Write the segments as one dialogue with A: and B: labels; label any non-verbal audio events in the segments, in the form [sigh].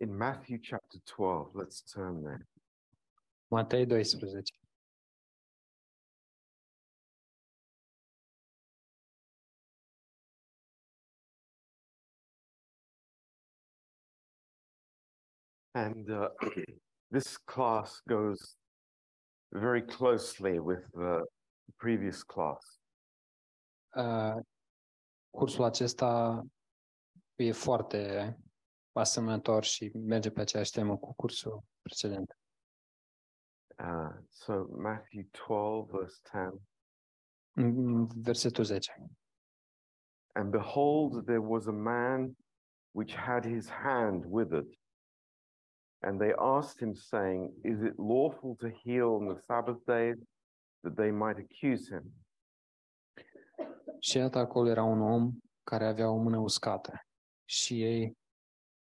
A: in Matthew chapter 12. Let's turn there.
B: Matei 12.
A: And uh, [clears throat] this class goes very closely with the previous class.
B: Uh, cursul acesta e foarte asemănător și merge pe aceeași temă cu cursul precedent.
A: Uh, so, Matthew 12, verse 10.
B: În Versetul 10.
A: And behold, there was a man which had his hand withered. And they asked him, saying, Is it lawful to heal on the Sabbath day that they might accuse him?
B: Și iată acolo era un om care avea o mână uscată. Și ei,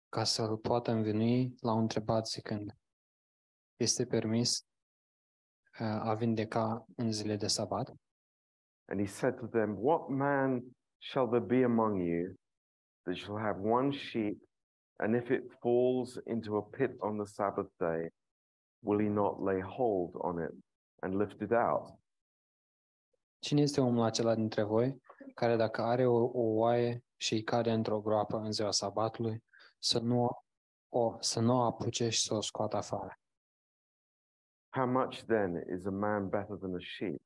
B: ca să-l poată învinui, l-au întrebat zicând, este permis uh, a vindeca în zile de sabat?
A: And he said to them, What man shall there be among you that shall have one sheep, and if it falls into a pit on the Sabbath day, will he not lay hold on it and lift it out?
B: Cine este omul acela dintre voi care dacă are o, o oaie și îi cade într-o groapă în ziua sabatului, să nu o, să nu o apuce și să o scoată afară?
A: How much then is a man better than a sheep?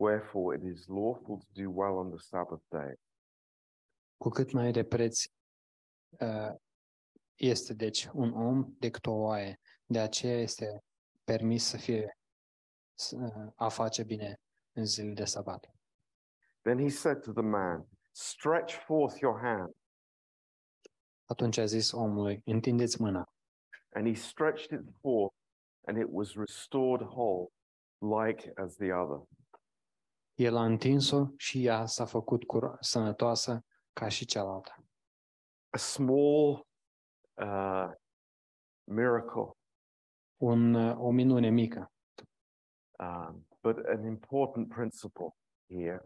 A: Wherefore it is lawful to do well on the Sabbath day.
B: Cu cât mai de preț uh, este deci un om decât o oaie. De aceea este permis să fie să, uh, a face bine în zilele de sabat.
A: Then he said to the man, Stretch forth your hand.
B: Atunci a zis omului, întindeți mâna.
A: And he stretched it forth, and it was restored whole, like as the other.
B: El a întins-o și ea s-a făcut cura- sănătoasă ca și cealaltă.
A: A small uh, miracle,
B: Un, uh, o minune mică,
A: um, but an important principle here.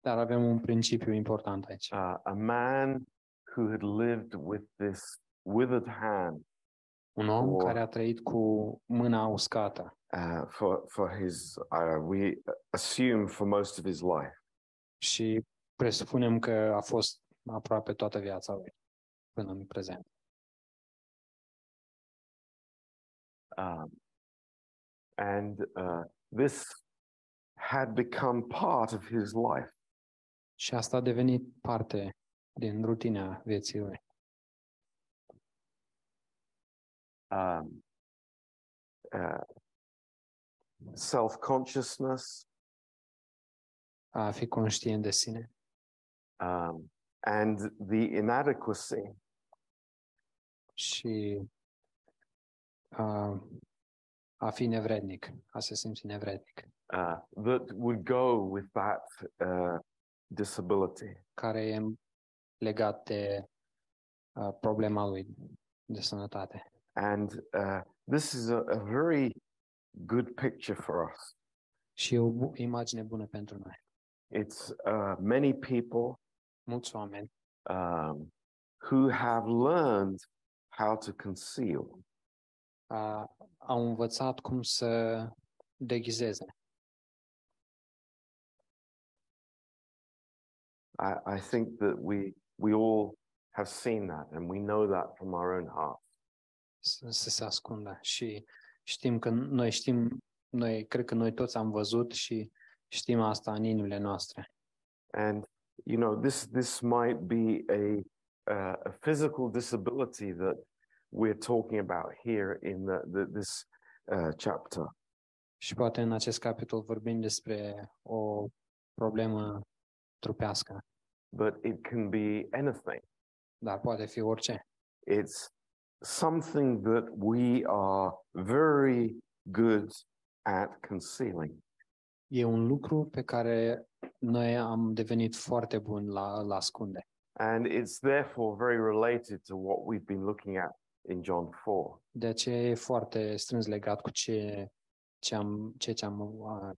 B: dar avem un principiu important aici.
A: Uh, a man who had lived with this withered hand
B: Un om
A: Or-
B: care a trăit cu mâna uscată
A: uh, for for his uh, we assume for most of his life.
B: și presupunem că a fost aproape toată viața lui până în prezent.
A: Um, and uh, this had become part of his life.
B: Și asta a devenit parte din rutina vieții lui.
A: Um, uh, Self consciousness
B: A fi conștient de sine
A: um, and the inadequacy
B: și a, a fi nevrednic, a se simți nevrednic,
A: uh, that would go with that uh, disability.
B: care e legat de a, problema lui de sănătate.
A: And uh, this is a, a very good picture for us.
B: Și e o bu- imagine bună pentru noi.
A: It's uh, many people
B: Mulți oameni
A: um, who have learned how to conceal.
B: a, au învățat cum să deghizeze.
A: I, I think that we we all have seen that, and we know that from our own heart.
B: să, să se ascundă. Și știm că noi știm, noi cred că noi toți am văzut și știm asta în inimile noastre.
A: And you know, this this might be a uh, a physical disability that we're talking about here in the, the, this uh, chapter.
B: Și poate în acest capitol vorbim despre o problemă trupească,
A: but it can be anything.
B: dar poate fi orice.
A: It's something that we are very good at concealing.
B: E un lucru pe care noi am devenit foarte buni la, la ascunde.
A: And it's therefore very related to what we've been looking at in John 4.
B: De aceea e foarte strâns legat cu ce, ce am, ce, ce am uh,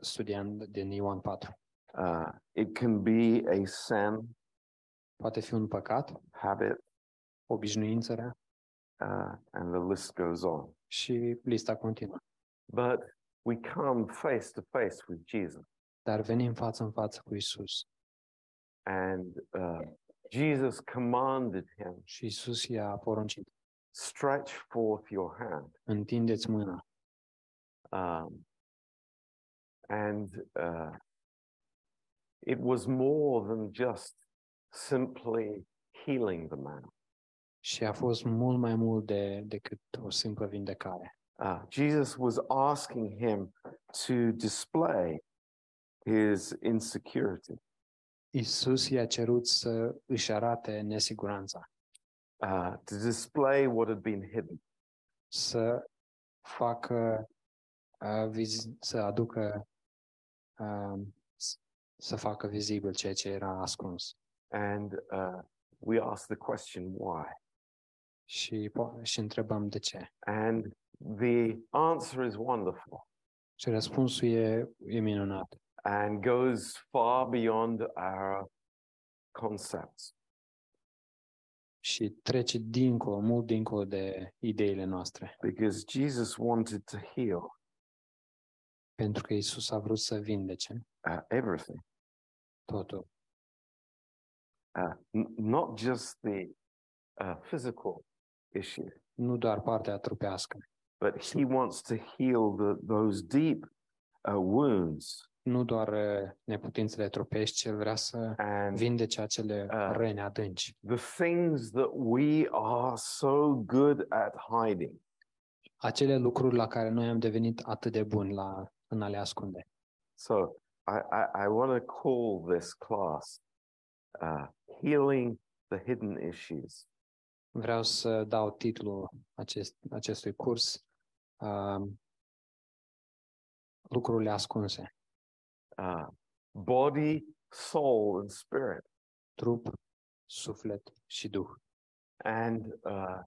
B: studiat din Ioan 4.
A: Uh, it can be a sin,
B: Poate fi un păcat,
A: habit,
B: obișnuințele,
A: uh, and the list goes on.
B: Și lista continuă.
A: But we come face to face with Jesus,
B: Dar venim față în față cu Isus.
A: and uh, Jesus commanded him,
B: Și Isus i-a poruncit,
A: "Stretch forth your hand."
B: întindeți mâna.
A: Um, and uh, it was more than just simply healing the man.
B: Și a fost mult mai mult de, decât o simplă vindecare.
A: Uh, Jesus was asking him to display his insecurity.
B: Isus i-a cerut să își arate nesiguranța,
A: uh, to display what had been hidden.
B: să facă, uh, viz- să aducă, uh, s- să facă vizibil ceea ce era ascuns.
A: And uh, we ask the question, why?
B: Și, po- și întrebăm de ce.
A: And the answer is wonderful
B: Și răspunsul e, e minunat
A: and goes far beyond our concepts.
B: și trece dincolo, mult dincolo de ideile noastre.
A: Because Jesus wanted to heal
B: Pentru că Isus a vrut să vindece
A: uh, everything,
B: totul.
A: uh, n- not just the uh, physical issue,
B: Nu doar partea trupească,
A: but he wants to heal the, those deep uh, wounds
B: nu doar uh, neputințele trupești, El vrea să
A: and
B: vindece acele
A: Ah.
B: răni adânci.
A: the things that we are so good at hiding.
B: Acele lucruri la care noi am devenit atât de buni la, în a le ascunde.
A: So I, I, I want to call this class uh, Healing the Hidden Issues.
B: Vreau să dau titlul acest, acestui curs uh, Lucrurile ascunse.
A: Uh, body, soul, and spirit.
B: Trup, suflet și duh.
A: And uh,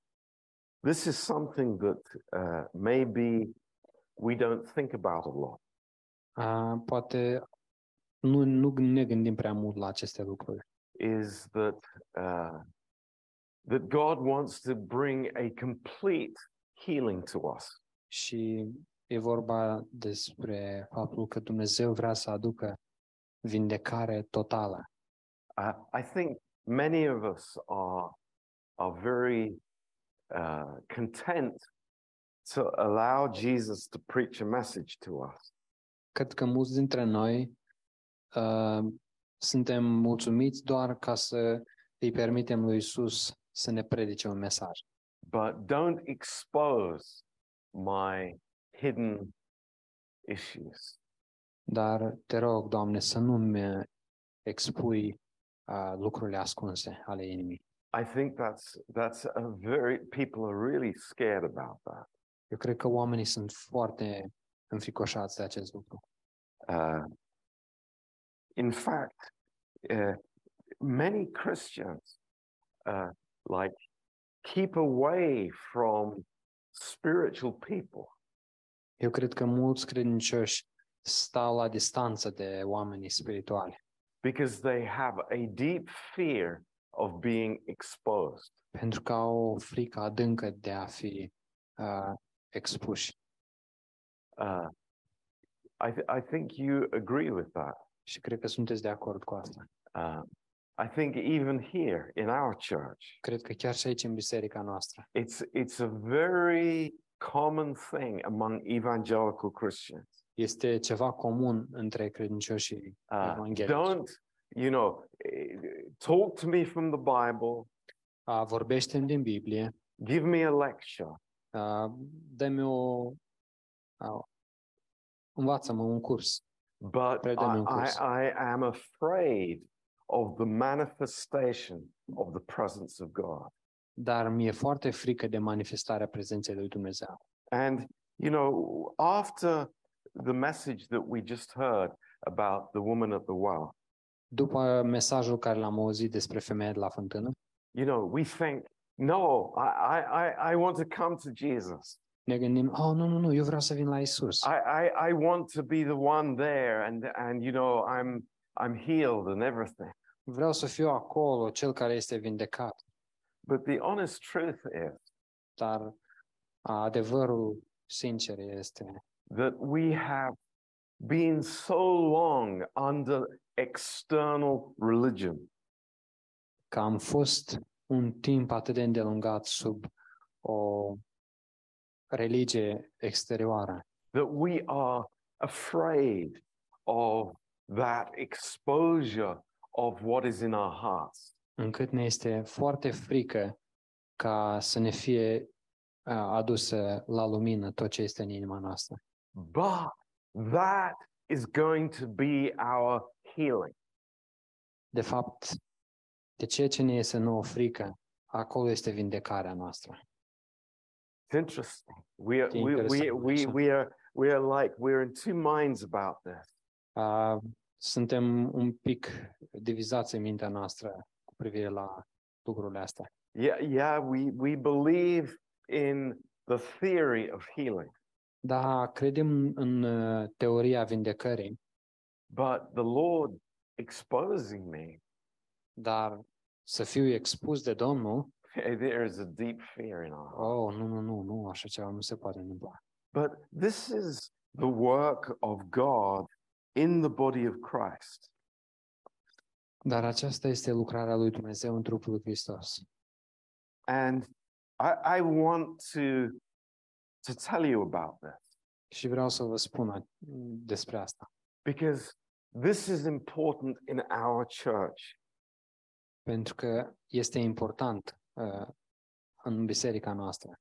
A: this is something that uh, maybe we don't think about a lot.
B: Uh, poate nu, nu ne gândim prea mult la aceste lucruri.
A: Is that uh, that God wants to bring a complete healing to us.
B: Și e vorba despre faptul că Dumnezeu vrea să aducă vindecare totală.
A: Uh, I think many of us are are very uh, content to allow Jesus to preach a message to us,
B: Cred că mulți dintre noi uh, suntem mulțumiți doar ca să îi permitem lui Isus să ne predice un mesaj.
A: but don't expose my hidden issues.
B: Dar te rog, Doamne, să nu-mi expui uh, lucrurile ascunse ale inimii.
A: I think that's that's a very people are really scared about that.
B: Eu cred că oamenii sunt foarte înfricoșați de acest lucru.
A: Uh, in fact, uh, many Christians uh, like keep away from spiritual people
B: Eu cred că mulți credincioși stau la distanță de oamenii spirituali
A: because they have a deep fear of being exposed.
B: pentru că au o frică adâncă de a fi uh, expuși.
A: Uh, I, th- I think you agree with that.
B: Și cred că sunteți de acord cu asta.
A: Uh, I think even here in our church,
B: Cred că chiar și aici în biserica noastră
A: it's it's a very common thing among evangelical Christians.
B: este ceva comun între credincioșii
A: Uh,
B: evanghelici.
A: don't you know? eh, Talk to me from the Bible.
B: A, vorbește-mi din Biblie,
A: Give me a lecture.
B: a, dă-mi o... A, învață-mă un curs,
A: But I,
B: Pray them in course.
A: I, I am afraid of the manifestation of the presence of God.
B: dar mi-e foarte frică de manifestarea prezenței lui Dumnezeu.
A: And, you know, after the message that we just heard about the woman at the well,
B: După mesajul care l-am auzit despre femeia de la fântână,
A: you know, we think, no, I, I, I- I want to come to Jesus.
B: ne gândim, oh, nu, nu, nu, eu vreau să vin la Isus.
A: I, I, I want to be the one there and, and you know, I'm, I'm healed and everything.
B: Vreau să fiu acolo, cel care este vindecat.
A: But the honest truth is
B: dar adevărul sincer este
A: that we have been so long under external religion
B: că am fost un timp atât de îndelungat sub o religie exterioară,
A: that we are afraid of that exposure of what is in our hearts.
B: încât ne este foarte frică ca să ne fie a, adusă la lumină tot ce este în inima noastră.
A: But that is going to be our healing.
B: De fapt, de ceea ce ne este nouă frică, acolo este vindecarea noastră.
A: It's interesting. We are,
B: It's
A: we, we,
B: interesting,
A: we,
B: isn't it?
A: we are, we are like, we're in two minds about this.
B: A, Suntem un pic divizați în mintea noastră cu privire la lucrurile astea.
A: Yeah, yeah, we, we believe in the theory of healing,
B: Da, credem în uh, teoria vindecării,
A: but the Lord exposing me, [laughs]
B: dar să fiu expus de Domnul,
A: there is a deep fear in our heart.
B: oh, nu, nu, nu, nu, așa ceva nu se poate întâmpla.
A: But this is the work of God in the body of Christ.
B: Dar aceasta este lucrarea lui Dumnezeu în trupul lui Hristos.
A: And I, I want to, to tell you about this
B: Și vreau să vă spun a- despre asta,
A: because this is important in our church.
B: pentru că este important uh, în biserica noastră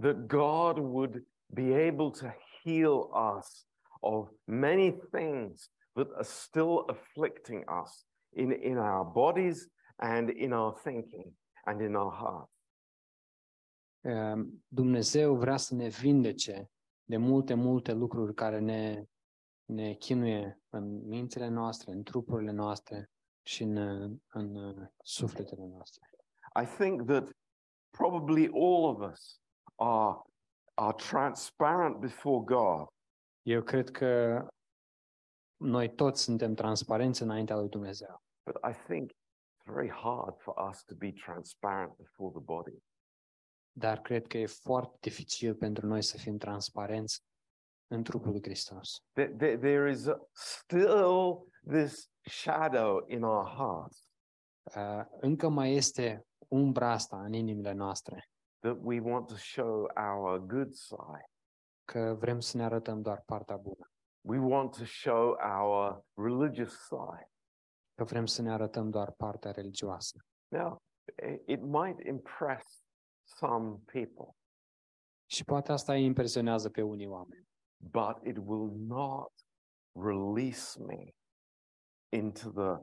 A: that God would be able to heal us of many things that are still afflicting us in, in our bodies and in our thinking and in our heart.
B: Uh, Dumnezeu vrea să ne vindece de multe, multe lucruri care ne, ne chinuie în mințile noastre, în trupurile noastre și în, uh, în uh, sufletele noastre.
A: I think that probably all of us are, are transparent before God
B: Eu cred că noi toți suntem transparenți înaintea lui Dumnezeu,
A: But I think it's very hard for us to be transparent before the body.
B: dar cred că e foarte dificil pentru noi să fim transparenți în trupul lui Hristos.
A: There, there, there is still this shadow in our hearts
B: Uh, Încă mai este umbra asta în inimile noastre,
A: that we want to show our good side.
B: că vrem să ne arătăm doar partea bună.
A: We want to show our religious side.
B: că vrem să ne arătăm doar partea religioasă.
A: Now, i- it might impress some people,
B: Și poate asta îi impresionează pe unii oameni,
A: but it will not release me into the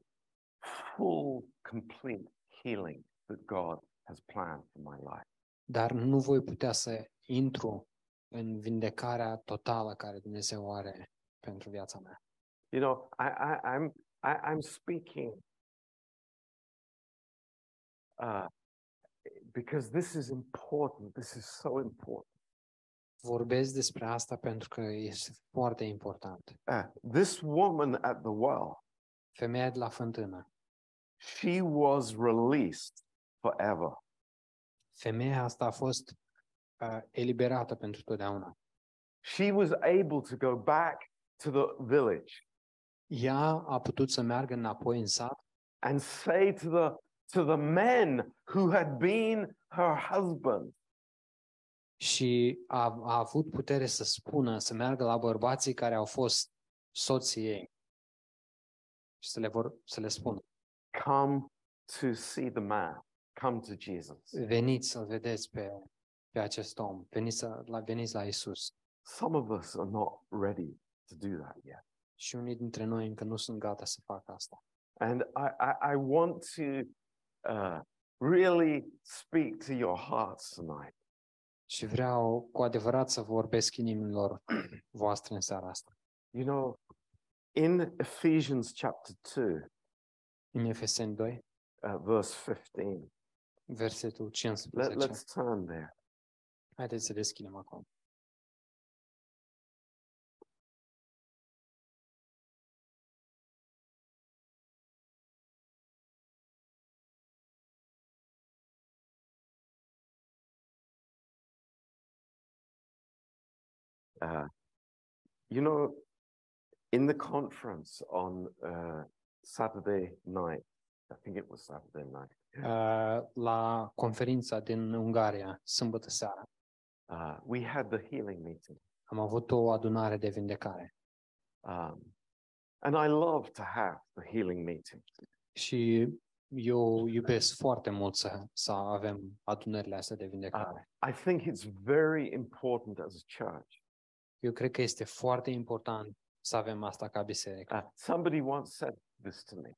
A: full, complete healing that God has planned for my life.
B: dar nu voi putea să intru în vindecarea totală care Dumnezeu o are pentru viața mea.
A: You know, I, I, I'm I, I'm speaking uh, because this is important. This is so important.
B: Vorbesc despre asta pentru că este foarte important.
A: Uh, this woman at the well,
B: Femeia de la fântână.
A: she was released forever.
B: Femeia asta a fost uh, eliberată pentru totdeauna.
A: She was able to go back to the village
B: Ea a putut să meargă înapoi în sat
A: and say to the to the men who had been her husband,
B: și a, a avut putere să spună, să meargă la bărbații care au fost soții ei și să le, vor, să le spună,
A: "Come to see the man. Come to Jesus."
B: veniți să-l vedeți pe, pe acest om, veniți, să, la, veniți la Isus.
A: Some of us are not ready to do that yet.
B: Și unii dintre noi încă nu sunt gata să facă asta.
A: And I, I, I want to uh, really speak to your hearts tonight
B: Și vreau cu adevărat să vorbesc inimilor [clears throat] voastre în seara asta.
A: You know, in Ephesians chapter 2,
B: În Efeseni 2,
A: uh, verse 15,
B: versetul
A: let,
B: 15.
A: let's turn there.
B: Haideți să deschidem acum.
A: Uh, you know, in the conference on uh, Saturday night, I think it was Saturday night,
B: Uh, la conferința din Ungaria, sâmbătă seara,
A: uh, we had the healing meeting.
B: am avut o adunare de vindecare
A: Um, and I love to have the healing meeting.
B: și eu iubesc foarte mult să, să avem adunările astea de vindecare.
A: I think it's very important as a church.
B: Eu cred că este foarte important să avem asta ca biserică.
A: Uh, somebody once said this to me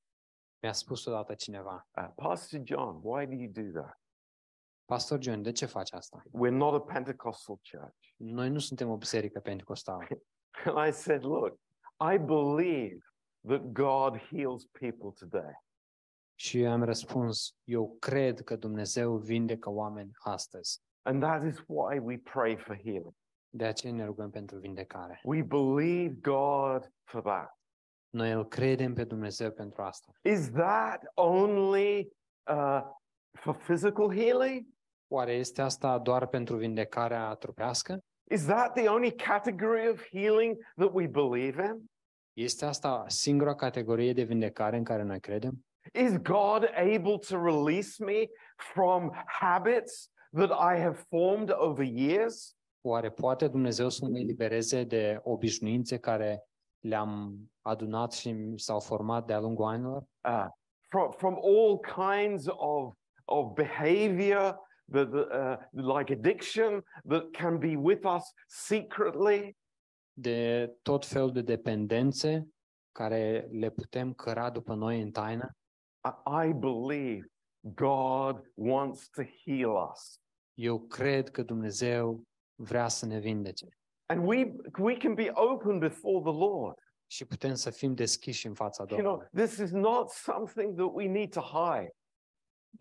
B: Mi-a spus odată cineva,
A: uh, Pastor John, why do you do that?
B: Pastor John, de ce faci asta?
A: We're not a Pentecostal church. [laughs]
B: Noi nu suntem o biserică pentecostală.
A: And I said, Look, I believe that God heals people today.
B: Și am răspuns, eu cred că Dumnezeu vindecă oameni astăzi.
A: And that is why we pray for healing.
B: De aceea ne rugăm pentru vindecare.
A: We believe God for that.
B: Noi îl credem pe Dumnezeu pentru asta.
A: Is that only uh, for physical healing?
B: Oare este asta doar pentru vindecarea trupească?
A: Is that the only category of healing that we believe in?
B: Este asta singura categorie de vindecare în care noi credem?
A: Is God able to release me from habits that I have formed over years?
B: Oare poate Dumnezeu să ne elibereze de obișnuințe care le-am adunat și mi s-au format de-a lungul anilor?
A: Uh, from, from all kinds of, of behavior, that, uh, like addiction, that can be with us secretly?
B: De tot felul de dependențe care le putem căra după noi în taină?
A: I- I believe God wants to heal us.
B: Eu cred că Dumnezeu vrea să ne vindece
A: And we, we can be open before the Lord.
B: și putem să fim deschiși în fața
A: You know,
B: Domnului.
A: this is not something that we need to hide.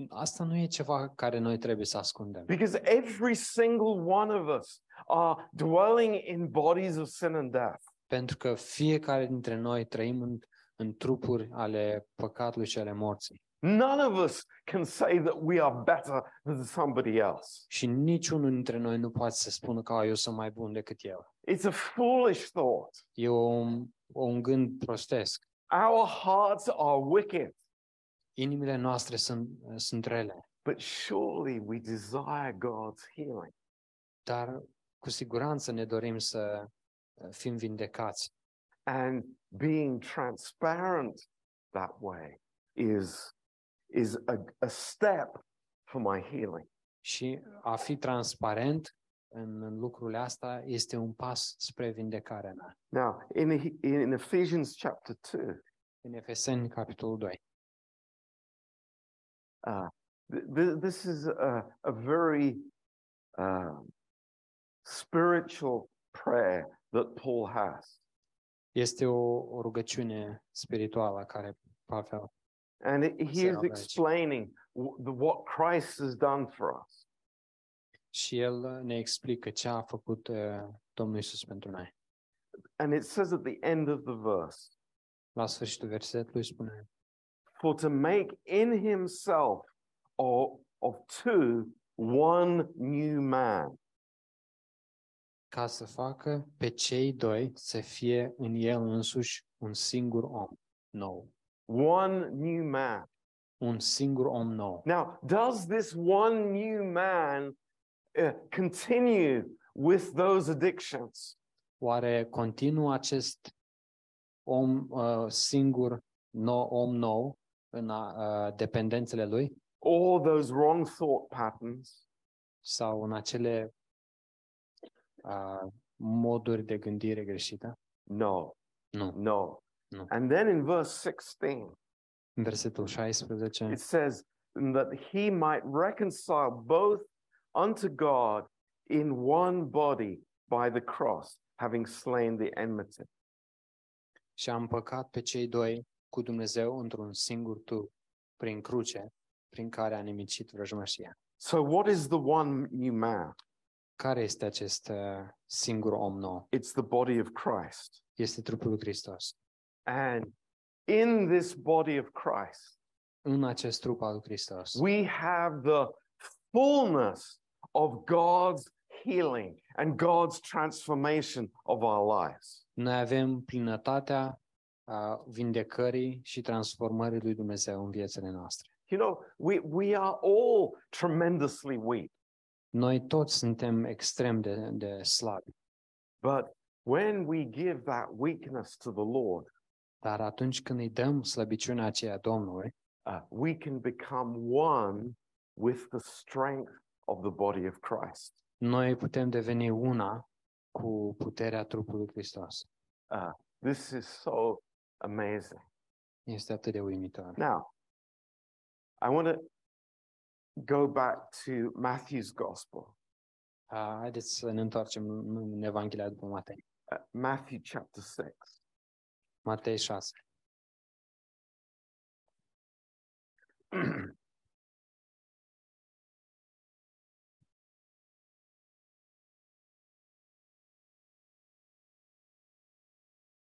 B: Asta nu e ceva care noi trebuie să ascundem.
A: Because every single one of us are dwelling in bodies of sin and death.
B: Pentru că fiecare dintre noi trăim în, în trupuri ale păcatului și ale morții.
A: None of us can say that we are better than somebody else.
B: Și niciunul dintre noi nu poate să spună că "A, eu sunt mai bun decât eu.
A: It's a foolish thought.
B: E un, un gând prostesc.
A: Our hearts are wicked,
B: Inimile noastre sunt, sunt rele,
A: but surely we desire God's healing.
B: dar cu siguranță ne dorim să fim vindecați.
A: And being transparent that way is, is a, a step for my healing.
B: Și a fi transparent în, în lucrurile astea este un pas spre vindecarea mea.
A: Now, in, in Ephesians chapter 2,
B: În Efeseni, capitolul 2.
A: Th- th- this is a, a very um, spiritual prayer that Paul has.
B: Este o, o rugăciune spirituală care Pavel
A: And it- he is
B: Sounds like-
A: explaining w- the, what Christ has done for us.
B: și el ne explică ce a făcut uh, Domnul Isus pentru noi.
A: And it says at the end of the verse,
B: La sfârșitul versetului spune,
A: for to make in himself of, of two one new man.
B: ca să facă pe cei doi să fie în el însuși un singur om nou.
A: One new man.
B: Un singur om nou.
A: Now, does this one new man uh, continue with those addictions?
B: Oare continuă acest om uh, singur, nou, om nou, în a, uh, dependențele lui
A: or those wrong thought patterns,
B: sau în acele uh, moduri de gândire greșite?
A: no,
B: Nu.
A: no.
B: No.
A: And then in verse 16,
B: În versetul 16,
A: it says that he might reconcile both unto God in one body by the cross, having slain the enmity.
B: și a împăcat pe cei doi cu Dumnezeu într-un singur trup, prin cruce, prin care a nimicit vrăjmășia.
A: So, what is the one new man?
B: Care este acest uh, singur om nou?
A: It's the body of Christ.
B: Este trupul lui Hristos.
A: And in this body of Christ,
B: În acest trup al lui Hristos
A: we have the fullness of God's healing and God's transformation of our lives.
B: Noi avem plinătatea a vindecării și transformării lui Dumnezeu în viețile noastre.
A: You know, we, we are all tremendously weak,
B: Noi toți suntem extrem de, de slabi,
A: but when we give that weakness to the Lord,
B: dar atunci când îi dăm slăbiciunea aceea Domnului,
A: uh, we can become one with the strength of the body of Christ.
B: noi putem deveni una cu puterea trupului Hristos.
A: This is so amazing.
B: Este atât de uimitor.
A: Now, I want to go back to Matthew's gospel,
B: A, Haideți să ne întoarcem în în Evanghelia după Matei.
A: uh, Matthew chapter 6.
B: Matei 6.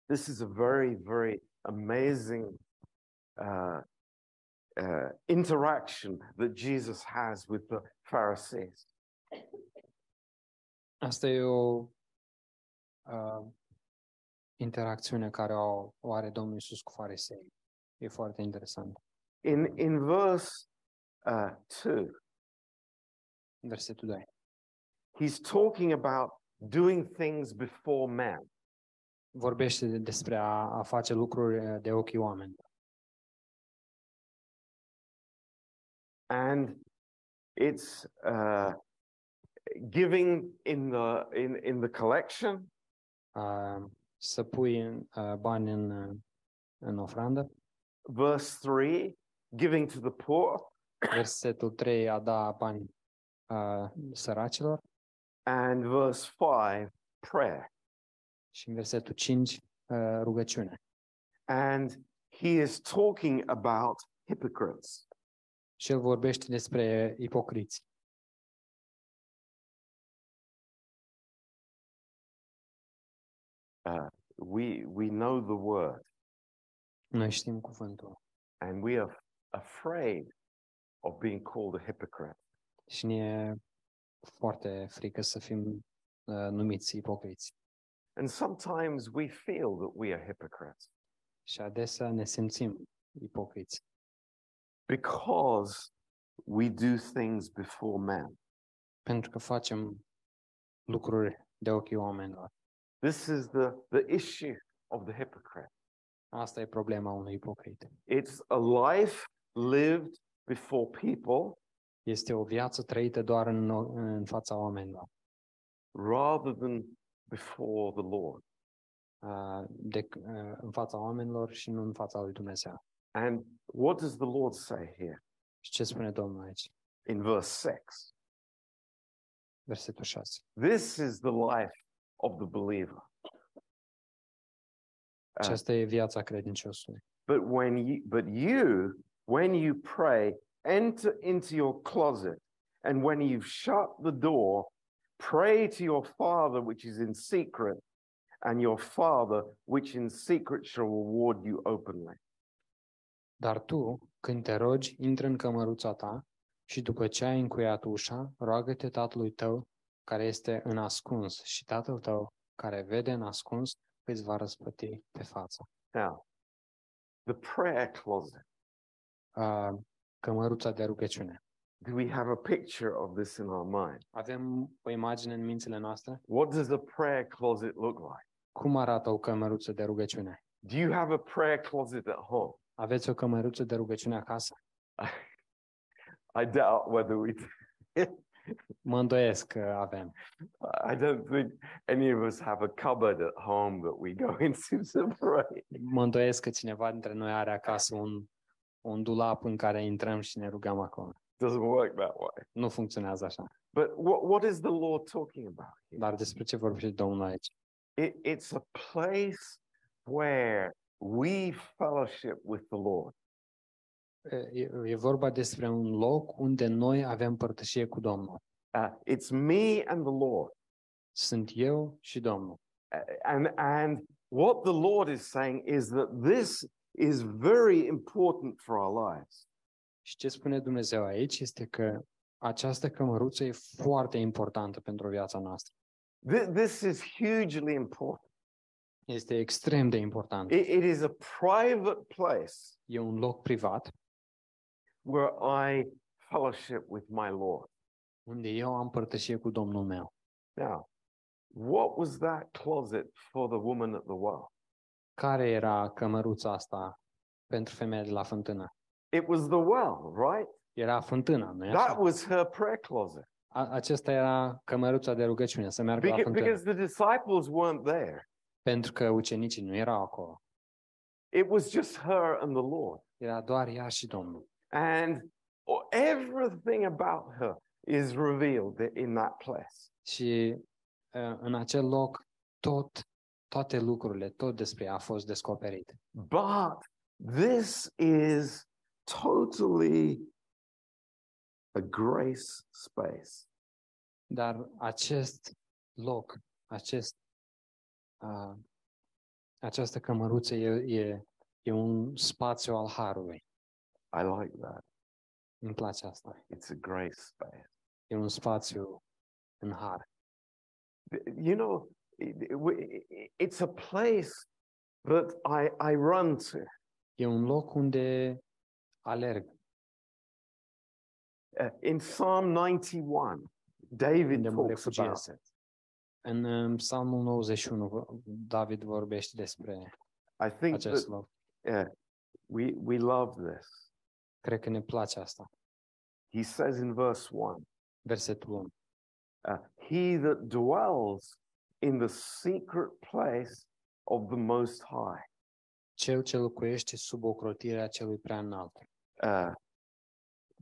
A: This is a very, very amazing uh, uh, interaction that Jesus has with the Pharisees.
B: Asta e o uh, interacțiune care o, o are Domnul Iisus cu farisei. E foarte interesant.
A: In, in verse uh, 2,
B: Versetul 2.
A: he's talking about doing things before men.
B: Vorbește de, despre a, a face lucruri uh, de ochii oamenilor.
A: and it's uh, giving in the in in the collection
B: Uh, să pui uh, bani în, uh, în ofrandă.
A: verse 3 giving to the poor
B: Versetul 3 a da bani uh, săracilor.
A: and verse 5 prayer
B: Și în versetul 5 uh, rugăciune.
A: and he is talking about hypocrites
B: Și el vorbește despre ipocriți.
A: we we know the word
B: Noi știm cuvântul.
A: and we are afraid of being called a hypocrite
B: Și ne e foarte frică să fim uh, numiți ipocriți.
A: and sometimes we feel that we are hypocrites
B: Și adesea ne simțim ipocriți
A: because we do things before men
B: pentru că facem lucruri de ochii oamenilor.
A: This is the, the issue of the hypocrite.
B: Asta e problema unui ipocrit.
A: It's a life lived before people
B: Este o viață trăită doar în, o- în fața oamenilor,
A: rather than before the Lord.
B: uh, de, uh, în fața oamenilor și nu în fața lui Dumnezeu.
A: And what does the Lord say here
B: Și ce spune Domnul aici?
A: in verse 6?
B: Versetul 6.
A: This is the life of the believer. Ah.
B: Aceasta e viața credinciosului.
A: But when you, but you, when you pray, enter into your closet, and when you've shut the door, pray to your Father which is in secret, and your Father which in secret shall reward you openly.
B: Dar tu, când te rogi, intră în cămăruța ta și după ce ai încuiat ușa, roagă-te tatălui tău care este în ascuns și tatăl tău care vede în ascuns îți va răspăti pe față.
A: Now, the prayer closet.
B: A, Cămăruța de rugăciune.
A: Do we have a picture of this in our mind?
B: Avem o imagine în mințile noastre?
A: What does a prayer closet look like?
B: Cum arată o cămăruță de rugăciune?
A: Do you have a prayer closet at home?
B: Aveți o cămăruță de rugăciune acasă?
A: I doubt whether we
B: Mă îndoiesc că avem.
A: I don't think any of us have a cupboard at home that we go [laughs] into to pray.
B: Mă îndoiesc că cineva dintre noi are acasă un, un dulap în care intrăm și ne rugăm acolo.
A: Doesn't work that way.
B: Nu funcționează așa.
A: But what, what is the Lord talking about? here?
B: Dar despre ce vorbește Domnul aici?
A: It, it's a place where we fellowship with the Lord.
B: E, e vorba despre un loc unde noi avem părtășie cu Domnul.
A: Uh, it's me and the Lord.
B: Sunt eu și Domnul.
A: Uh, And, and what the Lord is saying is that this is very important for our lives.
B: Și ce spune Dumnezeu aici este că Această cămăruță e foarte importantă pentru viața noastră.
A: Th- this is hugely important.
B: Este extrem de important.
A: It- it is a private place
B: E un loc privat
A: where I fellowship with my Lord.
B: unde eu am părtășie cu Domnul meu.
A: Now, what was that closet for the woman at the well?
B: Care era cămăruța asta pentru femeia de la fântână?
A: It was the well, right?
B: Era fântâna, nu
A: That was her prayer closet
B: A- Aceasta era cămăruța de rugăciune, să meargă la
A: Beca-
B: fântână.
A: because the disciples weren't there.
B: Pentru că ucenicii nu erau acolo.
A: It was just her and the Lord.
B: Era doar ea și Domnul.
A: And o- everything about her is revealed in that place.
B: Și uh, în acel loc tot, toate lucrurile, tot despre ea a fost descoperit.
A: But this is totally a grace space.
B: Dar acest loc, acest, uh, această cămăruță e, e, e un spațiu al harului.
A: I like that.
B: Îmi place asta.
A: It's a grace space.
B: E un spațiu în har.
A: Th- You know, it- it- we- it- it's a place that I, I run to.
B: E un loc unde alerg.
A: Uh, in Psalm 91, David
B: unde mă
A: talks about
B: refugiez. În um, Psalmul 91, v- David vorbește despre
A: I think that
B: acest loc.
A: we, we love this.
B: Cred că ne place asta.
A: He says in verse 1
B: Versetul 1.
A: uh, He that dwells in the secret place of the Most High.
B: Cel ce locuiește sub ocrotirea celui prea înalt.
A: Uh,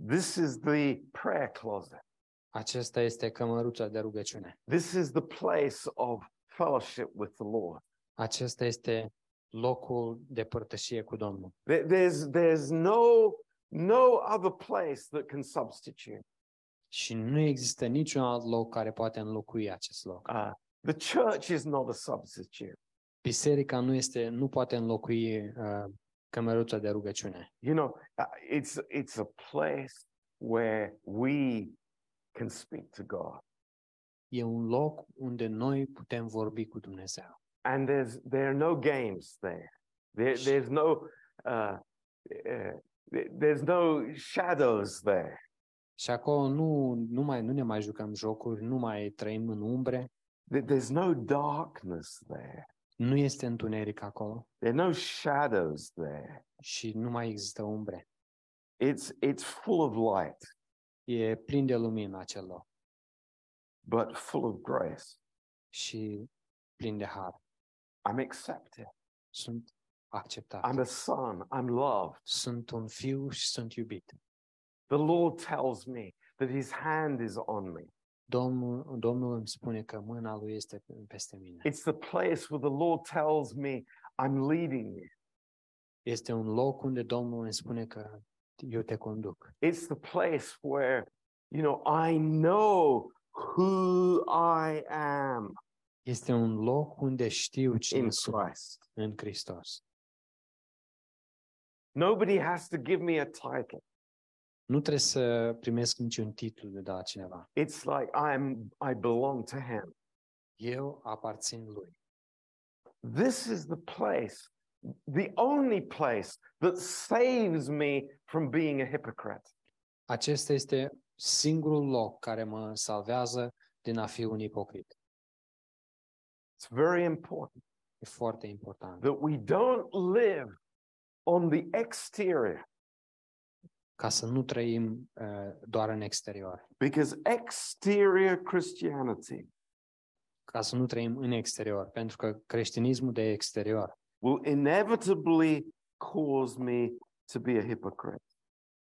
A: this is the prayer closet.
B: Acesta este cămăruța de rugăciune.
A: This is the place of fellowship with the Lord.
B: Acesta este locul de părtășie cu Domnul.
A: There- There's, there's no, no other place that can substitute.
B: Și nu există niciun alt loc care poate înlocui acest loc.
A: Uh, the church is not a substitute.
B: Biserica nu este, nu poate înlocui uh, cămăruța de rugăciune.
A: You know, uh, it's, it's a place where we can speak to God.
B: E un loc unde noi putem vorbi cu Dumnezeu.
A: And there's, there are no games there. there there's, no, uh, uh, there's no shadows there.
B: Și acolo nu, nu, mai, nu ne mai jucăm jocuri, nu mai trăim în umbre,
A: There- There's no darkness there.
B: nu este întuneric acolo
A: There are no shadows there.
B: și nu mai există umbre.
A: It's, it's full of light,
B: E plin de lumină acel loc
A: but full of grace.
B: și plin de har.
A: I'm accepted.
B: Sunt acceptat.
A: I'm a son. I'm loved.
B: Sunt un fiu și sunt iubit.
A: The Lord tells me that his hand is on me.
B: Domnul, Domnul îmi spune că mâna lui este peste mine.
A: It's the place where the Lord tells me I'm leading you.
B: Este un loc unde Domnul îmi spune că eu te conduc.
A: It's the place where, you know, I know who I am
B: Este un loc unde știu cine
A: in
B: sunt
A: Christ.
B: în Hristos.
A: Nobody has to give me a title.
B: Nu trebuie să primesc niciun titlu de la cineva.
A: It's like I'm I belong to him.
B: Eu aparțin lui.
A: This is the place, the only place that saves me from being a hypocrite.
B: Acesta este singurul loc care mă salvează din a fi un ipocrit.
A: It's very important.
B: E foarte important.
A: that we don't live on the exterior
B: Ca să nu trăim uh, doar în exterior.
A: because exterior Christianity
B: Ca să nu trăim în exterior. Pentru că creștinismul de exterior
A: will inevitably cause me to be a hypocrite.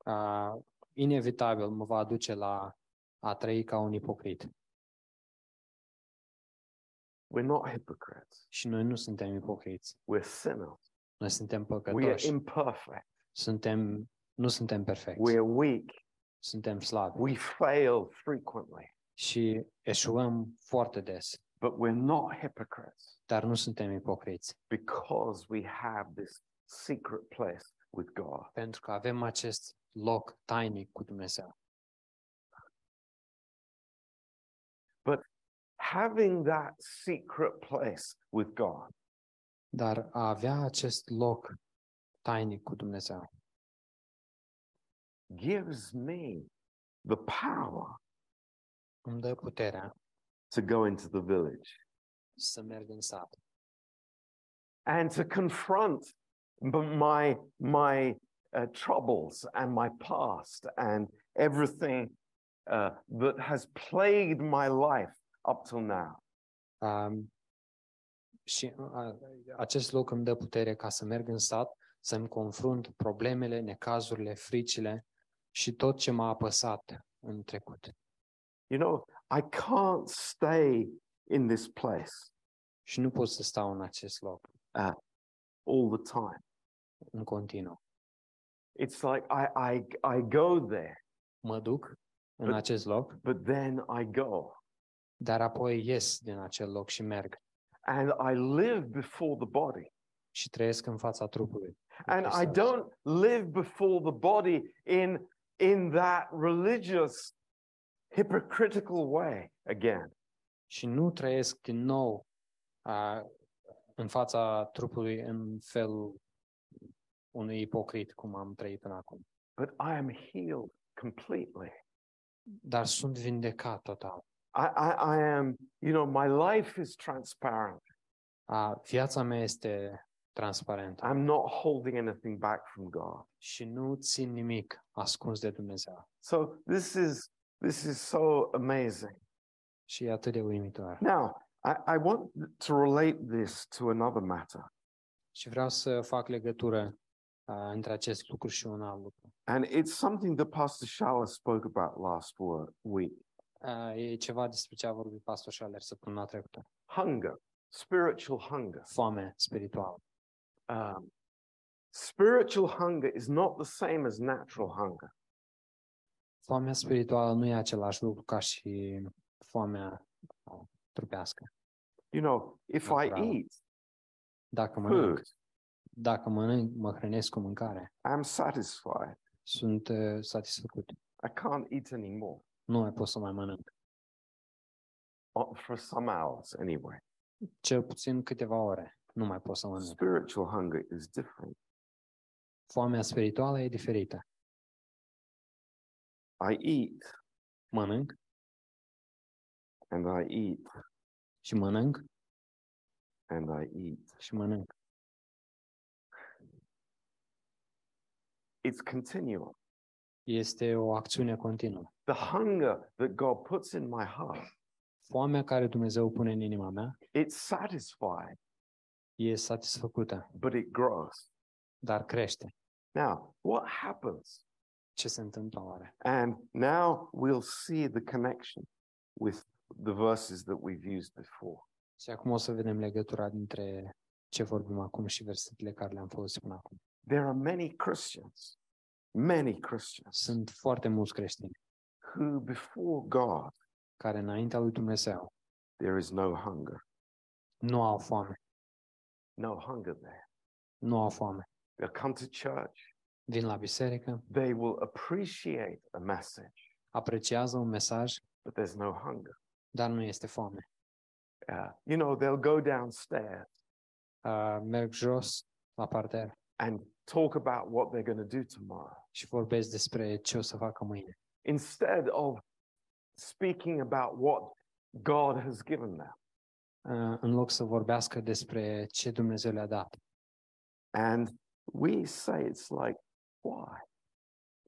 B: uh, inevitabil mă va aduce la a trăi ca un ipocrit.
A: We're not hypocrites,
B: Și noi nu suntem ipocriți.
A: we're sinners,
B: Noi suntem
A: we are
B: păcătoși.
A: imperfect,
B: Suntem, nu suntem perfecți.
A: we're weak,
B: Suntem slabi.
A: we fail frequently,
B: și eșuăm foarte des,
A: but we're not hypocrites
B: dar nu suntem ipocriți,
A: because we have this secret place with God.
B: pentru că avem acest loc tainic cu Dumnezeu.
A: having that secret place with God
B: Dar a avea acest loc tainic cu Dumnezeu
A: gives me the power
B: îmi dă puterea
A: to go into the village
B: să merg în sat
A: and to confront m- my my uh, troubles and my past and everything uh, that has plagued my life up till now.
B: Um, și a, acest loc îmi dă putere ca să merg în sat, să-mi confrunt problemele, necazurile, fricile și tot ce m-a apăsat în trecut.
A: You know, I can't stay in this place
B: Și nu pot să stau în acest loc
A: all the time.
B: în continuu.
A: It's like I I I go there,
B: Mă duc în
A: But-
B: acest loc,
A: but then I go
B: dar apoi ies din acel loc și merg
A: and I live before the body.
B: și trăiesc în fața trupului.
A: And I
B: Hristos.
A: don't live before the body in in that religious hypocritical way again.
B: Și nu trăiesc din nou a, în fața trupului în felul unui ipocrit, cum am trăit până acum.
A: But I am healed completely.
B: dar sunt vindecat total.
A: I, I, I am, you know, my life is transparent.
B: A, viața mea este transparentă
A: I'm not holding anything back from God.
B: și nu țin nimic ascuns de Dumnezeu.
A: So this is this is so amazing.
B: Și e atât de uimitor.
A: Now I, I want to relate this to another matter,
B: Și vreau să fac legătură a, între acest lucru și un alt lucru.
A: and it's something that Pastor Schaller spoke about last wor- week:
B: A, e ceva despre ce a vorbit pastor Schaller săptămâna trecută.
A: hunger, spiritual hunger.
B: Foame spirituală.
A: Um, spiritual hunger is not the same as natural hunger.
B: Foamea spirituală nu e același lucru ca și foamea a, trupească.
A: You know, if I
B: Natural.
A: eat
B: Dacă mănânc,
A: food,
B: dacă mănânc, mă hrănesc cu mâncare,
A: I'm satisfied.
B: sunt a, satisfăcut.
A: I can't eat anymore
B: Nu mai pot să mai mănânc.
A: o- uh, for some hours anyway.
B: cel puțin câteva ore. Nu mai pot să mănânc.
A: Spiritual hunger is different.
B: Foamea spirituală e diferită.
A: I eat
B: Mănânc
A: and I eat
B: și mănânc
A: and I eat.
B: și mănânc.
A: It's continual.
B: Este o acțiune continuă.
A: The hunger that God puts in my heart,
B: Foamea care Dumnezeu o pune în inima mea
A: it's satisfied,
B: e satisfăcută,
A: but it grows.
B: dar crește.
A: Now, what happens?
B: Ce se întâmplă oare?
A: And now we'll see the connection with the verses that we've used before.
B: Și acum o să vedem legătura dintre ce vorbim acum și versetele care le-am folosit până acum.
A: There are many Christians, many Christians,
B: Sunt foarte mulți creștini
A: who before God,
B: care înaintea lui Dumnezeu
A: there is no hunger,
B: nu au foame.
A: no hunger there.
B: Nu au foame.
A: They'll come to church,
B: Vin la biserică,
A: they will appreciate a message,
B: apreciază un mesaj,
A: but there's no hunger.
B: dar nu este foame.
A: Uh, you know, they'll go downstairs
B: Uh, merg jos la parter
A: and talk about what they're going to do tomorrow
B: și vorbesc despre ce o să facă mâine,
A: instead of speaking about what God has given them.
B: uh, în loc să vorbească despre ce Dumnezeu le-a dat.
A: And we say it's like, why?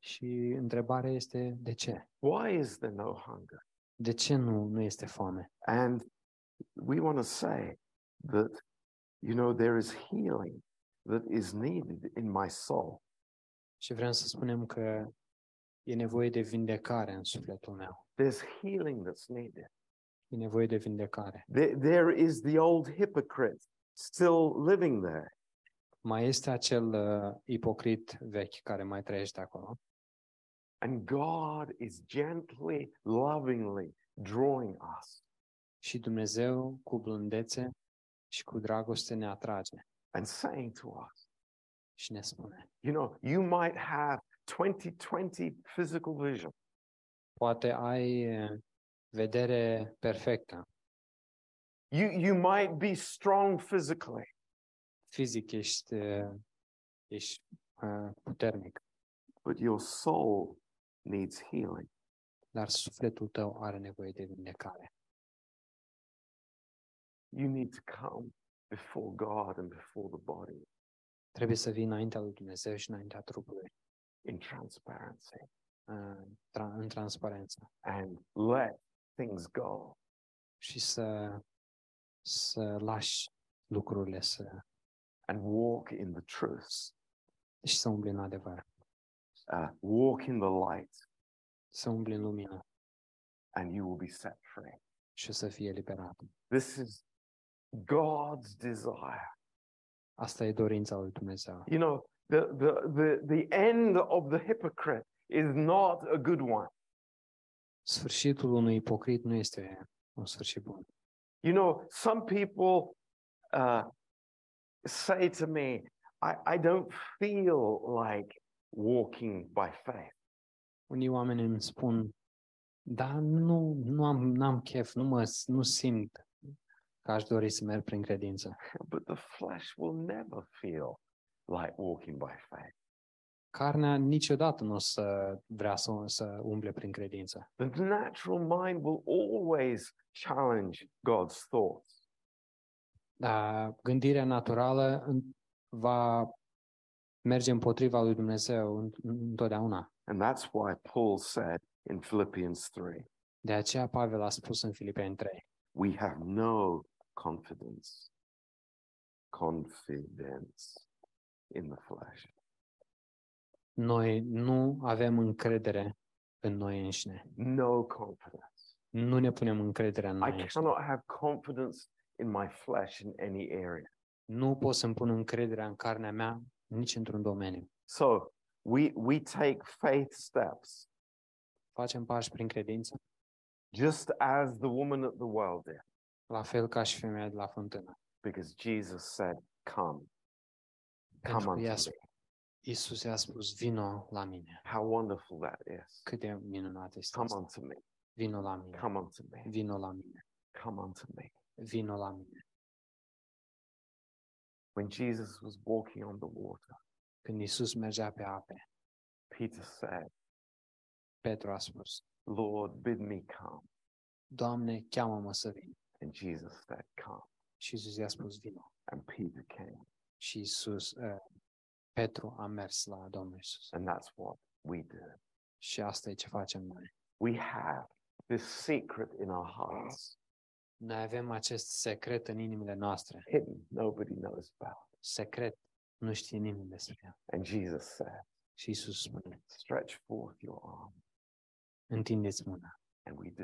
B: Și întrebarea este de ce?
A: Why is there no hunger?
B: De ce nu, nu este foame?
A: And we want to say that, you know, there is healing that is needed in my soul.
B: Și vrem să spunem că e nevoie de vindecare în sufletul meu.
A: There's healing that's needed.
B: E nevoie de vindecare.
A: There, there is the old hypocrite still living there.
B: Mai este acel uh, ipocrit vechi care mai trăiește acolo
A: And God is gently, lovingly drawing us
B: și Dumnezeu cu blândețe și cu dragoste ne atrage
A: and saying to us,
B: și ne spune.
A: you know, you might have 20 20 physical vision,
B: Poate ai uh, vedere perfectă.
A: You, you might be strong physically,
B: Fizic ești, uh, ești uh, puternic,
A: but your soul needs healing.
B: dar sufletul tău are nevoie de vindecare.
A: You need to come before God and before the body
B: Trebuie să vii înaintea lui Dumnezeu și înaintea trupului,
A: in transparency
B: uh, tra- în transparență
A: and let things go.
B: și să, să lași lucrurile să,
A: and walk in the truth,
B: și să umbli în adevăr,
A: uh, walk in the light,
B: să umbli în lumină
A: and you will be set free.
B: și să fii eliberat.
A: This is God's desire.
B: Asta e dorința lui Dumnezeu.
A: You know, the, the, the, the end of the hypocrite is not a good one.
B: Sfârșitul unui ipocrit nu este un sfârșit bun.
A: You know, some people uh, say to me, I, I don't feel like walking by faith.
B: Unii oameni îmi spun, dar nu, nu am, n-am chef, nu mă, nu simt că aș dori să merg prin credință.
A: But the flesh will never feel like walking by faith.
B: Carnea niciodată nu o să vrea să, să umble prin credință.
A: The natural mind will always challenge God's thoughts.
B: Dar gândirea naturală în- va merge împotriva lui Dumnezeu în- întotdeauna.
A: And that's why Paul said in Philippians 3
B: De aceea Pavel a spus în Filipeni 3,
A: we have no confidence, confidence in the flesh.
B: noi nu avem încredere în noi înșine.
A: No confidence.
B: Nu ne punem încrederea în
A: I
B: noi înșine.
A: cannot have confidence in my flesh in any area.
B: nu pot să-mi pun încrederea în carnea mea nici într-un domeniu.
A: So we, we take faith steps
B: Facem pași prin credință,
A: just as the woman at the well did,
B: la fel ca și femeia de la fântână.
A: because Jesus said, Come, come
B: Pentru că
A: unto
B: i-a
A: me.
B: spus, Iisus i-a spus, vino la mine.
A: How wonderful that is.
B: Cât de minunat este
A: Come
B: asta.
A: unto me.
B: Vino la mine,
A: Come unto me.
B: vino la mine,
A: Come unto me.
B: vino la mine.
A: When Jesus was walking on the water,
B: Când Iisus mergea pe ape,
A: Peter said,
B: Petru a spus,
A: Lord, bid me come.
B: Doamne, cheamă-mă să vin.
A: And Jesus said, Come.
B: Și Iisus i-a spus, vino.
A: And Peter came.
B: Și Iisus, uh, Petru a mers la Domnul Iisus.
A: And that's what we do.
B: Și asta e ce facem noi.
A: We have this secret in our hearts,
B: Noi avem acest secret în inimile noastre.
A: hidden, nobody knows about.
B: secret, nu știe nimeni despre ea.
A: And Jesus said,
B: Și Isus spune,
A: Stretch forth your arm.
B: întindeți mâna
A: And we do.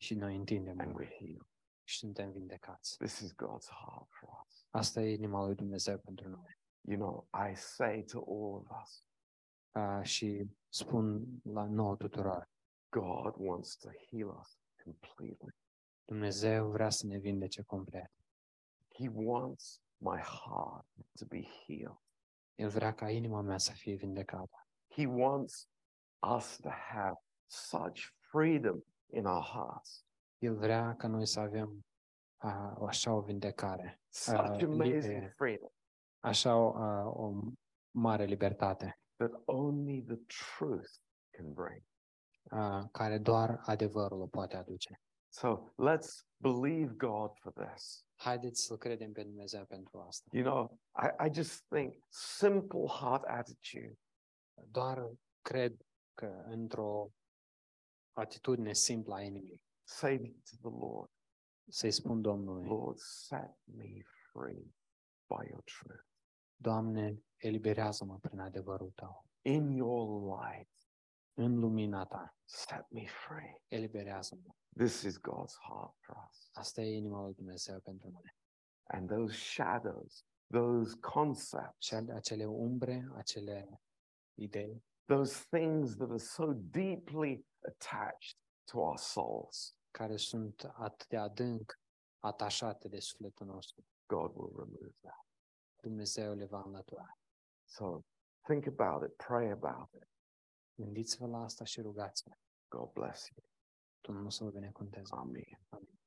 B: și noi întindem
A: And
B: mâna
A: we're healed.
B: și suntem vindecați.
A: This is God's heart for us.
B: Asta e inima lui Dumnezeu pentru noi.
A: You know, I say to all of us,
B: Uh, și spun la nouă tuturor,
A: God wants to heal us completely.
B: Dumnezeu vrea să ne vindece complet.
A: He wants my heart to be healed.
B: El vrea ca inima mea să fie vindecată.
A: He wants us to have such freedom in our hearts,
B: El vrea ca noi să avem uh, așa o vindecare,
A: such
B: Uh,
A: amazing
B: yeah.
A: freedom
B: așa o, uh, o mare libertate
A: that only the truth can bring.
B: uh, care doar adevărul o poate aduce.
A: So let's believe God for this.
B: Haideți să credem pe Dumnezeu pentru asta.
A: You know, I, I just think simple heart attitude
B: doar cred că într-o atitudine simplă a inimii,
A: say to the Lord,
B: să-i spun Domnului,
A: Lord, set me free by your truth.
B: Doamne, eliberează-mă prin adevărul Tău.
A: In your light,
B: În lumina Ta,
A: set me free.
B: eliberează-mă.
A: This is God's heart for us.
B: Asta e inima lui Dumnezeu pentru noi.
A: and those shadows, those concepts,
B: Și ale- acele umbre, acele idei,
A: those things that are so deeply attached to our souls,
B: care sunt atât de adânc atașate de sufletul nostru,
A: God will remove that.
B: Dumnezeu le va înlătura.
A: So think about it, pray about it.
B: Gândiți-vă la asta și rugați-vă.
A: God bless you.
B: Domnul să vă binecuvânteze.
A: Amen.